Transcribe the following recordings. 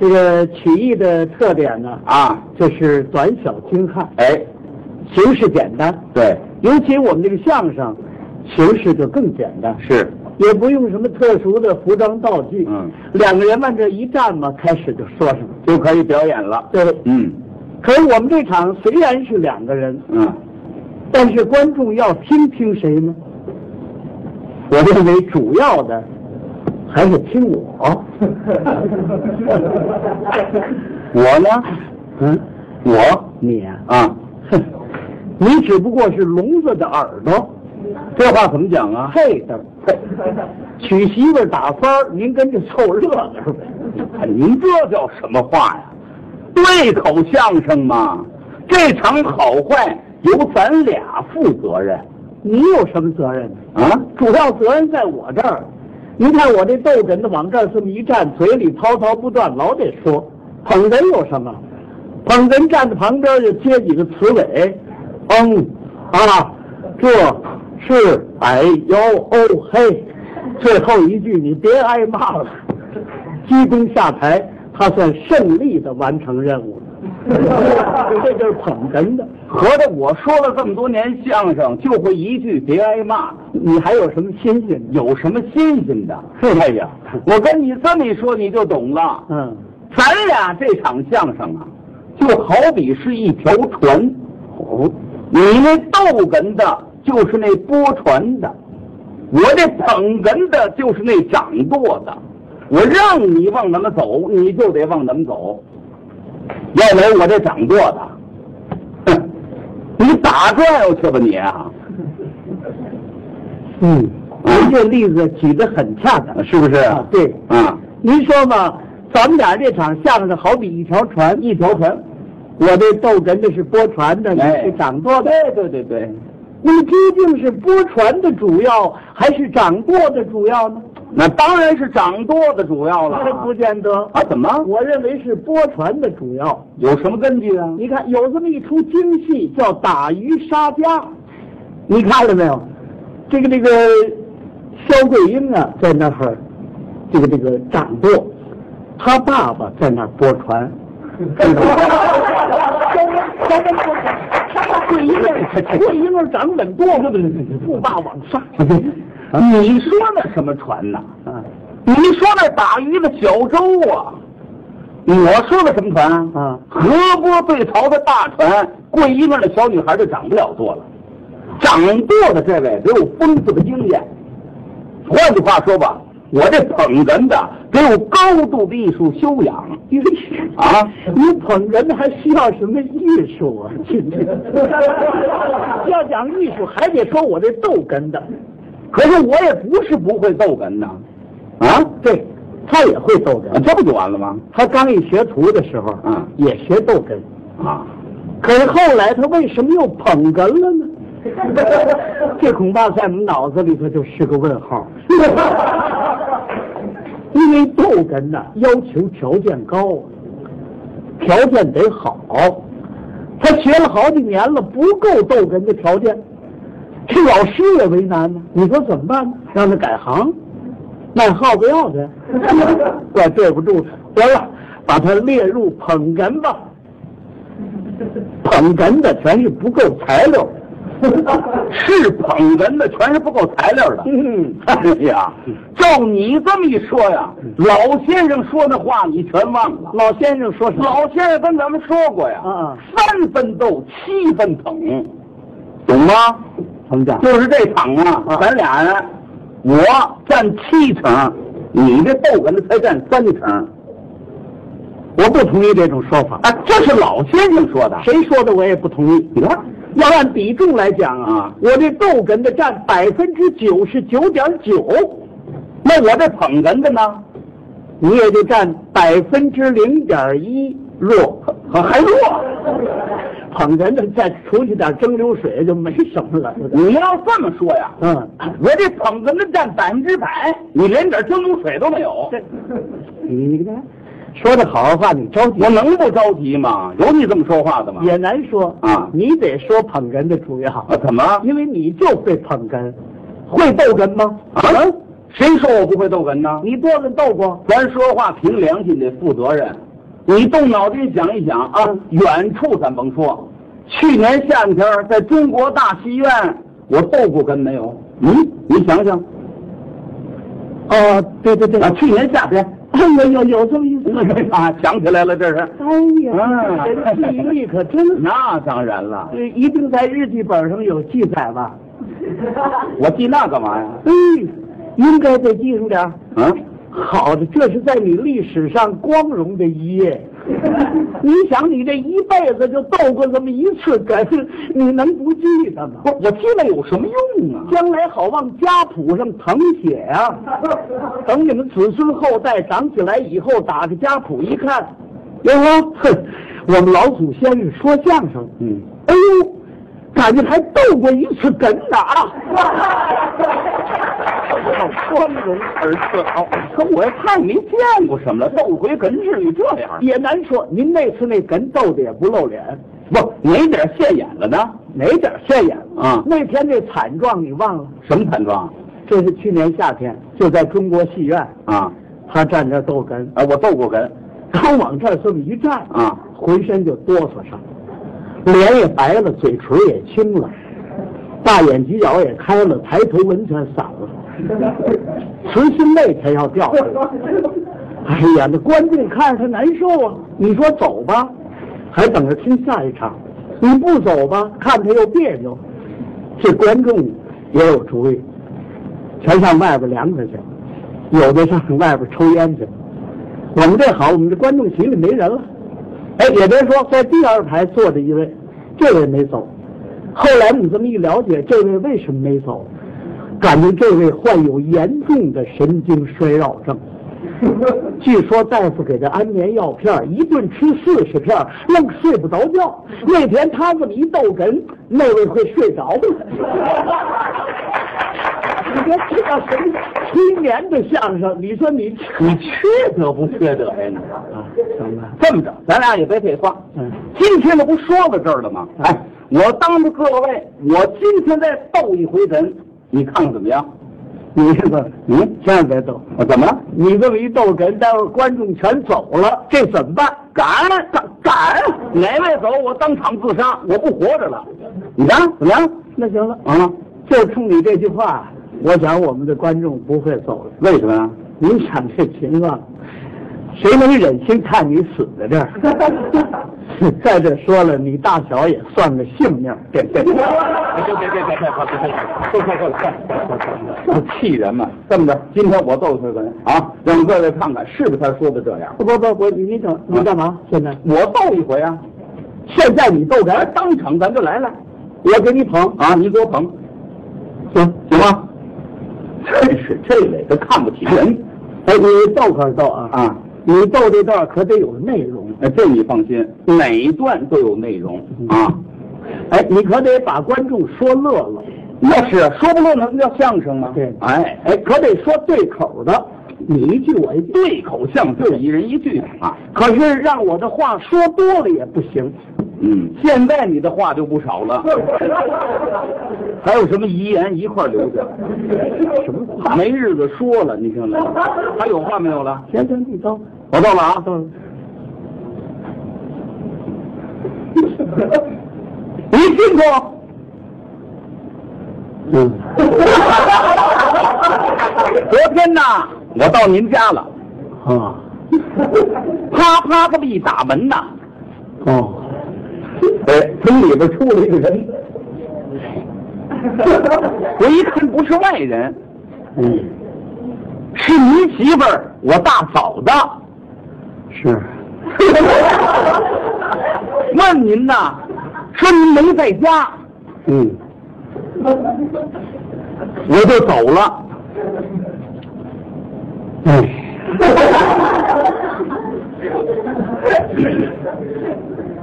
这个曲艺的特点呢，啊，就是短小精悍，哎，形式简单。对，尤其我们这个相声，形式就更简单，是，也不用什么特殊的服装道具。嗯，两个人往这一站嘛，开始就说上了。就可以表演了。对，嗯可是我们这场虽然是两个人，嗯，但是观众要听听谁呢？我认为主要的还是听我。 我呢，嗯，我你呀、啊，哼，你只不过是聋子的耳朵，这话怎么讲啊？配的。娶媳妇儿打幡儿，您跟着凑热闹呗。您这叫什么话呀？对口相声嘛，这场好坏由咱俩负责任你有什么责任呢？啊。主要责任在我这儿。您看我这逗哏的往这儿这么一站，嘴里滔滔不断，老得说。捧哏有什么？捧哏站在旁边就接几个词尾，嗯啊，这是哎呦哦嘿，最后一句你别挨骂了。鞠躬下台，他算胜利的完成任务了。这就是捧哏的。合着我说了这么多年相声，就会一句别挨骂，你还有什么新鲜的？有什么新鲜的？哎呀，我跟你这么一说，你就懂了。嗯，咱俩这场相声啊，就好比是一条船，哦，你那逗哏的就是那拨船的，我这捧哏的就是那掌舵的，我让你往哪么走，你就得往哪么走，要没我这掌舵的，哼，你打转悠去吧你啊，嗯，您这例子举得很恰当。是不是？啊对啊，您说吧，咱们俩这场相声好比一条船，一条船。我这逗哏的是拨船的，你哎是掌舵的。对对对对，你究竟是拨船的主要，还是掌舵的主要呢？那当然是掌舵的主要了那不见得。啊？怎么？我认为是拨船的主要。有什么根据啊？你看，有这么一出京戏叫《打渔杀家》，你看了没有？这个这个，萧桂英啊，在那儿，这个这个掌舵，他爸爸在那儿拨船，知道吗？萧桂桂英儿，桂英儿掌稳舵，步霸往上。你说那什么船呐、啊你说那打鱼的小舟啊？我说的什么船啊？啊河波对潮的大船，桂英儿的小女孩就掌不了舵了。掌舵的这位得有丰富的经验。换句话说吧，我这捧哏的得有高度的艺术修养啊。你捧哏的还需要什么艺术啊？ 亲亲，要讲艺术，还得说我这逗哏的。可是我也不是不会逗哏呐，啊，对，他也会逗哏。这不就完了吗？他刚一学徒的时候，嗯也学逗哏。啊，可是后来他为什么又捧哏了呢？这恐怕在我们脑子里头就是个问号。 因为逗哏呐，要求条件高，条件得好。他学了好几年了，不够逗哏的条件，这老师也为难呢。你说怎么办呢？让他改行，卖耗子药去， 怪对不住他。得了，把他列入捧哏吧。捧哏的全是不够材料 的。是捧哏的，全是不够材料的。嗯，哎呀，照你这么一说呀，老先生说的话你全忘了。老先生说什么？老先生跟咱们说过呀，嗯嗯三分逗，七分捧，懂吗？怎么讲？就是这场啊，嗯咱俩人，我占七成，你这逗哏的才占三成。我不同意这种说法。啊，这是老先生说的。谁说的我也不同意。你看，要按比重来讲啊啊，我这逗哏的占百分之九十九点九，那我这捧哏的呢，你也就占百分之零点一弱，还还弱。捧哏的再除去点蒸馏水就没什么了。你要这么说呀，嗯，我这捧哏的占百分之百，你连点蒸馏水都没有，你你看，说的好话你着急我能不着急吗？有你这么说话的吗？也难说啊你得说捧哏的主要。啊，怎么因为你就会捧哏，会逗哏吗？啊？嗯谁说我不会逗哏呢？你多哏逗过，咱说话凭良心得负责任，你动脑筋想一想啊，嗯远处咱甭说，去年夏天在中国大戏院，我斗过哏没有？嗯，你想想哦，对对对哦啊，，去年夏天， 有有有这么一次。啊，想起来了，这是。哎呀，这人记忆力可真 好，那当然了，这一定在日记本上有记载吧？我记那干嘛呀？哎，应该再记上点儿。嗯，好的，这是在你历史上光荣的一页。 你想，你这一辈子就斗过这么一次哏，你能不记得吗不？，我记那有什么用啊？将来好往家谱上誊写啊！ 等你们子孙后代长起来以后，打开家谱一看，哟呵，哼我们老祖先是说相声，嗯，哎呦，感觉还斗过一次哏呢啊！好光荣，儿子，哦，可我也太没见过什么了，斗回哏至于这样？也难说。您那次那哏斗的也不露脸，不，哪点现眼了呢？哪点儿现眼啊那天那惨状你忘了？什么惨状这是去年夏天，就在中国戏院，啊？他站这儿逗哏，啊，我斗过哏刚往这儿这么一站，啊，浑身就哆嗦上，脸也白了，嘴唇也青了，大眼犄角也开了，抬头纹全散了，慈心泪才要掉下来。哎呀，那观众看着他难受啊！你说走吧，还等着听下一场；你不走吧，看他又别扭。这观众也有主意，全上外边凉快去，有的上外边抽烟去。我们这好，我们这观众席里没人了。哎，也别说，在第二排坐着一位，这位没走。后来你这么一了解，这位为什么没走？感觉这位患有严重的神经衰扰症。据说大夫给他安眠药片儿，一顿吃四十片儿，愣睡不着觉。那天他这么一逗哏，那位会睡着了。 你说这叫什么催眠的相声？你说你你缺德不缺德呀你？啊，怎么了？这么着，咱俩也别废话。嗯，今天这不说到这儿了吗？哎，我当着各位，我今天再斗一回哏，你看看怎么样？你这个，嗯，千万别逗。我怎么了？你这么一逗哏，待会儿观众全走了，这怎么办？敢敢敢！哪位走，我当场自杀，我不活着了。你看怎么样？那行了，啊？就冲你这句话，我想我们的观众不会走了。为什么呀？您想这情况，谁能忍心看你死在这儿？ 再者说了，你大小也算个性命。对对，别别别别别别，快快快快快快！气人嘛！这么着，今天我揍他个人啊，让各位看看是不是他说的这样。不不不，你你等你干嘛？现在我斗一回啊啊，现在你逗咱哏，当场咱就来了我给你捧，啊！你给我捧，行。行吗？真是这位他看不起人哎，你逗可是逗啊，啊！你逗这段可得有内容。哎，这你放心，哪一段都有内容啊。哎，你可得把观众说乐了。那是啊说不乐那不叫相声吗？对哎哎哎，，可得说对口的，你一句我一句。对口相声，一人一句啊。可是让我的话说多了也不行，嗯，现在你的话就不少 了，还有什么遗言一块儿留下？哎什么话？没日子说了，你听着，还有话没有了？行行，你走。我到了啊，嗯，你辛苦。嗯， 昨天呐，我到您家了，啊，啪啪这么一打门呐，哦，哎，从里边出了一个人，我一看不是外人，嗯，是您媳妇儿，我大嫂子。 是，问您呐，说您没在家，嗯，我就走了。哎，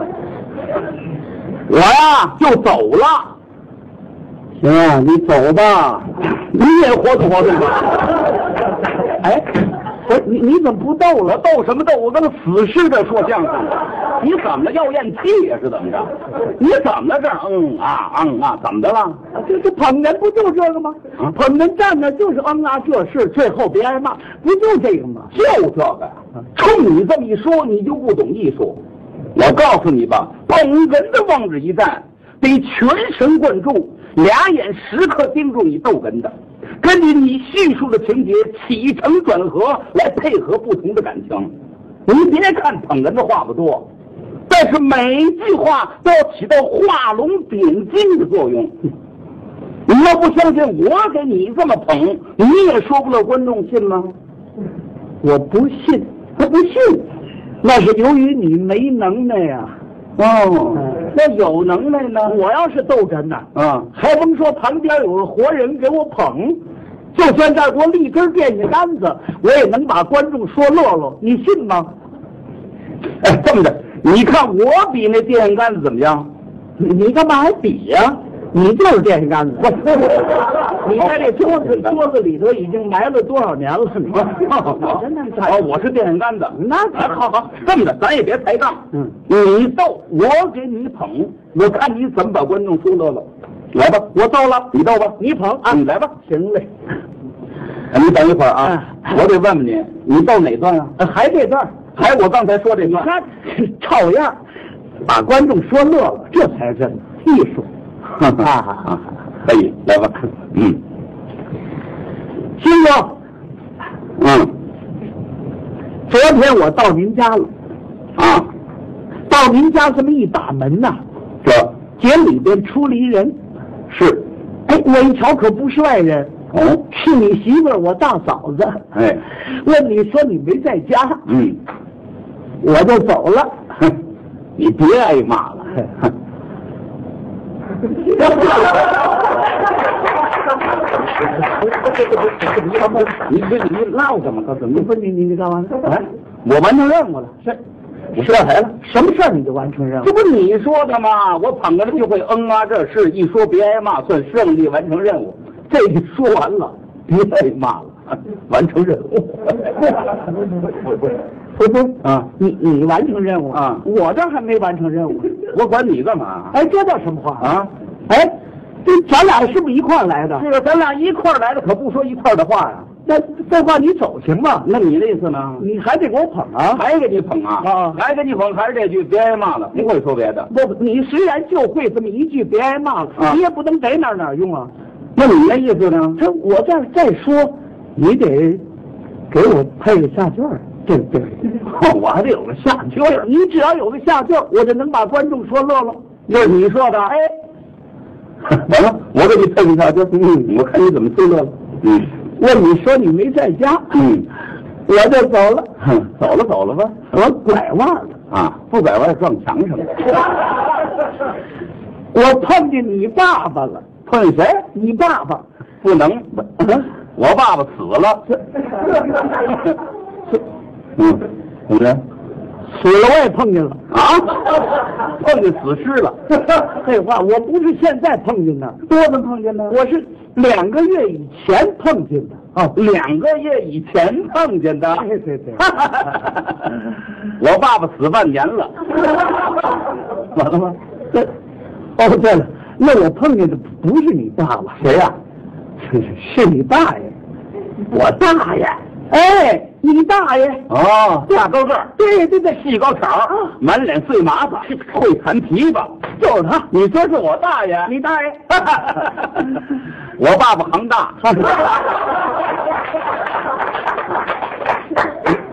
我呀就走了，行啊，你走吧。你也活动活动 吧。哎，不是你你怎么不逗我了？斗什么斗？我跟个死尸的说相声呢。你怎么了？要咽气呀？是怎么着？你怎么了？这儿嗯啊嗯啊，怎么的了？这这捧哏不就这个吗？啊捧哏站那就是嗯啊这事，最后别挨骂，不就这个吗？就这个呀。冲你这么一说，你就不懂艺术。我告诉你吧，捧哏的往这一站，得全神贯注，俩眼时刻盯住你逗哏的，根据你叙述的情节起承转合来配合不同的感情。您别看捧哏的话不多，但是每一句话都要起到画龙点睛的作用。你要不相信我给你这么捧，你也说不了观众信吗？我不信，他不信。那是由于你没能耐呀、哦，啊那有能耐呢？我要是斗哏呐、啊，还甭说旁边有个活人给我捧，就算这儿给我立根电线杆子，我也能把观众说落落，你信吗？哎，这么着，你看我比那电线杆子怎么样？你你干嘛还比呀、你就是电线杆子， 你在这桌子桌子里头已经埋了多少年了？你真的是 哦，我是电线杆子。那哎好好，这么着，咱也别抬杠。嗯，你逗，我给你捧，我看你怎么把观众说乐了。来吧，我逗了，你逗吧，你捧啊，你来吧。行嘞，哎你等一会儿啊，哎我得问问你，你逗哪段啊？呃还这段儿，还有我刚才说这你段。看照样儿把观众说乐了，这才是真的艺术。哈哈哈哈可以，来吧。嗯先生，嗯昨天我到您家了，啊，到您家这么一打门呐、这姐里边出了一人，是哎，我一瞧可不是外人，哦，是你媳妇儿，我大嫂子。哎， 问你说你没在家，嗯，我就走了。哼 你别挨骂了。 哼你这你闹什么？告诉你你不你你你干嘛呢？啊，我完成任务了，是，我上台了。什么事儿你就完成任务这？不你说的吗？我捧着他就会嗯啊，这事一说别挨骂，算胜利完成任务。这一说完了，别挨骂了，完成任务。 不不不不啊，你你完成任务啊我这还没完成任 务。我管你干嘛哎，这叫什么话？啊？哎，这咱俩是不是一块儿来的？这个咱俩一块儿来的，可不说一块儿的话呀。那废话，你走行吗？那你的意思呢？你还得给我捧啊！还给你捧嗯啊？啊还给你捧，还是这句，别挨骂了，不会说别的。不，你虽然就会这么一句，别挨骂了，啊你也不能逮哪儿哪儿用啊。那你的意思呢？这我这儿再说，你得给我配个下句儿，对 不对？我还得有个下句我你只要有个下句儿，我就能把观众说乐了。就是你说的，哎， 完了，我给你配一下，就嗯，我看你怎么说乐了，嗯问你说你没在家，嗯， 我就走了，哼走了走了吧，我拐弯了，啊，不拐弯撞墙上了， 我碰见你爸爸了，碰见谁？你爸爸，不能， 我爸爸死了， 嗯，怎么着？死了我也碰见了。 啊，碰见死尸了，废话，我不是现在碰见的，多能碰见呢我是两个月以前碰见 的。哦，两个月以前碰见的。对对对 我爸爸死半年 了，完了吗？对， 哦对了，那我碰见的不是你爸爸，谁呀、是是你大爷。我大爷。哎，你大爷，哦，大高个儿，对对对，细高挑儿，满脸碎麻子，会弹琵琶，啊就是他，你说是我大爷？你大爷。 我爸爸行 大。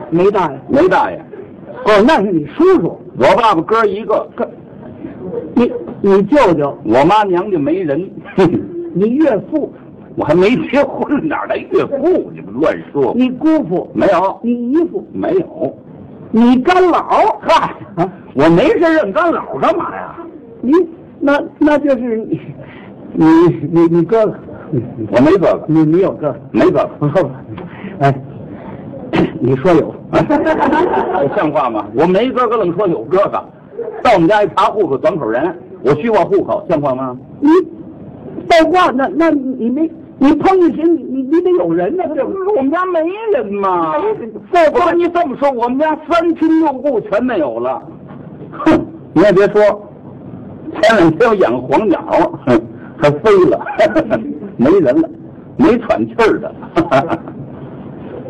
没大爷。没大爷，哦，那是你叔叔，我爸爸哥儿一个，哥你你舅舅，我妈娘家没人，你岳父，我还没结婚，哪儿来岳父？你们乱说。你姑父，没有，你姨父，没有。你干老，嗨，我没事认干老干嘛呀？你那那就是你，你你你哥哥，我没这个，你你有哥哥。没这个。 哎，你说有，啊这像话吗？我没哥哥，愣说有哥哥。到我们家一查户口，转口人，我虚报户口，像话吗？你倒挂那那你没你碰见谁你你你得有人呢，对不对？我们家没人嘛没人再不然你这么说，我们家三亲六故全没有了。哼，你也别说，前两天我养黄鸟，哼，还飞 了，没人了，没喘气儿的。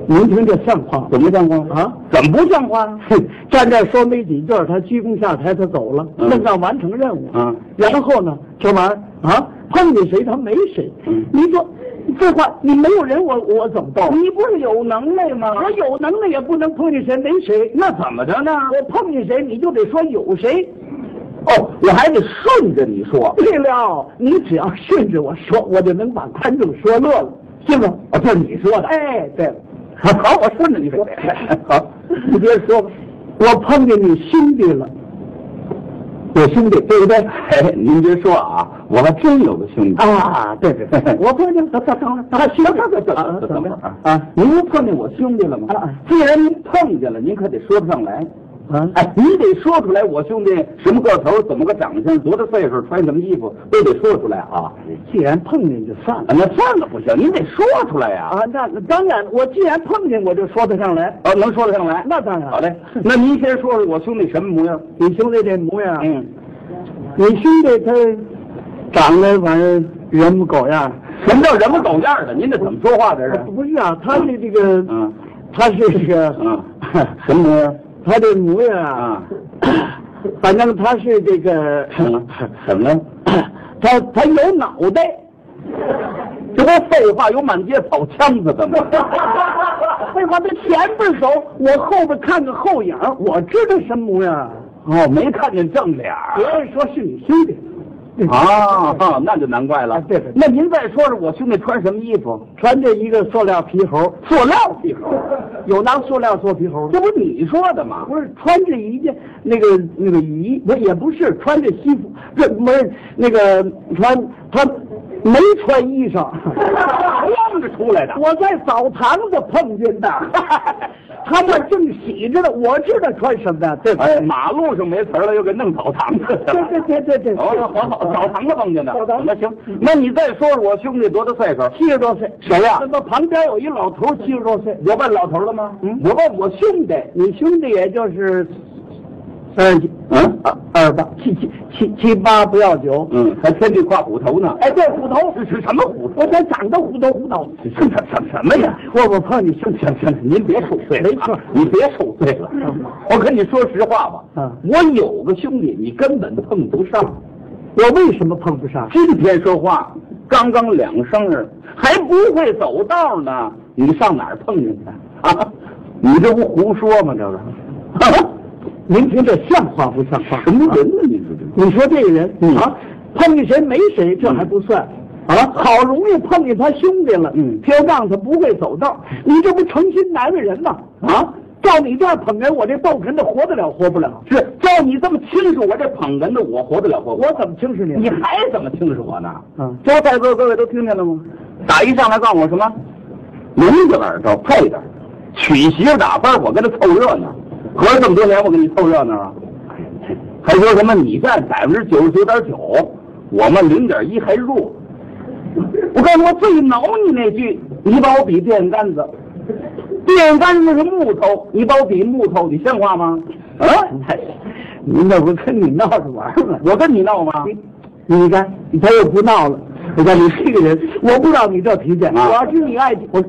您听这像话吗？ 怎么像话啊？怎么不像话啊？哼站这儿说没几句儿，他鞠躬下台，他走了，嗯正要完成任务。 嗯然后呢，这玩意儿啊，碰见谁他没谁。嗯你说这话，你没有人我我怎么斗？你不是有啊能耐吗？我有能耐也不能碰见谁没谁。那怎么着呢？我碰见谁你就得说有谁。哦，我还得顺着你说。对了，你只要顺着我说，我就能把观众说乐了，信吗？哦，这是你说的。哎，对了， 好，我顺着你 说。好，你接着说吧。我碰见你兄弟了，我兄弟，对不对？嘿嘿哎您别说啊，我还真有个兄弟。啊，对对对，我碰见他，他等会儿，他兄弟啊怎么啊样？啊！您不碰见我兄弟了吗？啊啊既然您碰见了，您可得说得上来。啊，哎，你得说出来，我兄弟什么个头，怎么个长相，多大岁数，穿什么衣服，都得说出来啊！既然碰见就算啊。那算了不行，您得说出来呀、啊！啊，那当然，我既然碰见，我就说得上来。哦能说得上来？那当然好嘞，那您先说说我兄弟什么模样？你兄弟这模样，嗯，你兄弟他长得反正人模狗样儿。什么叫人模狗样的？您这怎么说话这是？不是啊，他是这个，嗯他是这个，嗯， 什么模样？他这模样啊啊， 反正他是这个，嗯，怎么了？ 他他有脑袋，这不废话，有满街跑枪子的吗？废话，他前边走，我后边看个后影儿，我知道什么模样啊。哦，没看见正脸儿别人说是你兄弟，啊，哈那就难怪了。啊对对对那您再说说我兄弟穿什么衣服？穿着一个塑料皮猴，塑料皮猴，有拿塑料做皮猴的。这不是你说的吗？不是穿着一件那个那个衣，不也不是穿着西服，这不是那个穿他没穿衣裳。 光着出来的。我在澡堂子碰见的， 他们正洗着呢，我知道穿什么的，对吧？哎，马路上没词儿了，又给弄澡堂子去对了。对对对对，哦，好好，澡堂子碰见的。澡堂子那行，那你再说说我兄弟多大岁数？七十多岁，谁呀那么旁边有一老头七十多岁，我问老头了吗？嗯我问我兄弟。你兄弟也就是三十几，嗯二二十八，七七七七八不要九，嗯，还天地挂虎头呢。哎，对，虎头，这是什么虎头我？才长得虎头虎脑。什什什什么呀？我我碰你兄弟行行行，您别受罪了啊，没错你别受罪了。我跟你说实话吧，嗯我有个兄弟，你根本碰不上。我为什么碰不上？今天说话，刚刚两生日，还不会走道呢，你上哪儿碰见他啊？你这不胡说吗？这个、您听这像话不像话？什么人呢？你这这你说这个人、嗯啊，碰见谁没谁，这还不算。啊好容易碰见他兄弟了，嗯偏让他不会走道，你这不成心难为人吗？啊！照你这样捧人，我这逗哏的活得了活不了？是照你这么轻视我这捧哏的，我活得了活不了我怎么轻视你？你还怎么轻视我呢？嗯这在座各位都听见了吗？打一上来告诉我什么？聋子耳朵配的，娶媳妇打扮，我跟他凑热闹。合着这么多年，我跟你凑热闹啊？还说什么你占百分之九十九点九，我们零点一还弱。我告诉你，我最恼你那句，你把我比电线杆子，电线杆子是木头，你把我比木头，你像话吗？啊，您这不跟你闹着玩儿吗？我跟你闹吗？你看，他又不闹了。我看你这个人，我不知道你这脾气。啊我要是你爱听，我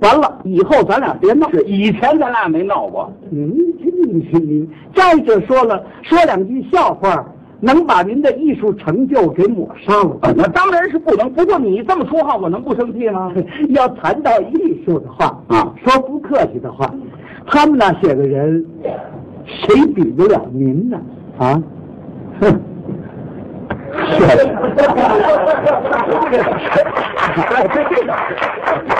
完了，以后咱俩别闹。是以前咱俩没闹过，你你你你，再者说了，说两句笑话，能把您的艺术成就给抹杀了。啊那当然是不能。不过你这么说话，我能不生气吗？要谈到艺术的话啊说不客气的话，他们那些个人，谁比得了您呢？啊，哼。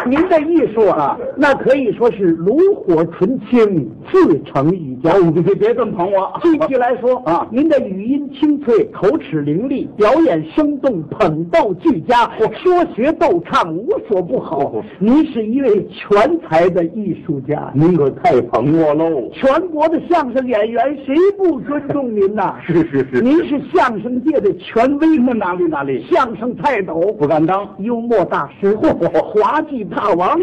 您的艺术啊，那可以说是炉火纯青，自成一家。别别别这么捧我，具体来说啊您的语音清脆，口齿伶俐，表演生动，捧逗俱佳，说学逗唱无所不好哦。您是一位全才的艺术家，您可太捧我喽！全国的相声演员谁不尊重您呐？ 是是是您是相声界的权威，那哪里哪里，相声泰斗，不敢当。幽默大师， 滑稽大 王。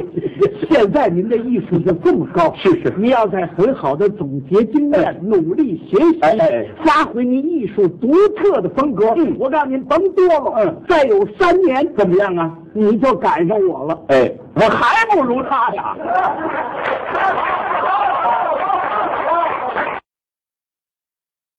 现在您的艺术就这么高，是是您要在很好的总结经哎验，努力学习哎哎，发挥您艺术独特的风格。嗯我告诉您，甭哆嗦，嗯再有三年，怎么样啊？你就赶上我了。哎，我还不不如他呀。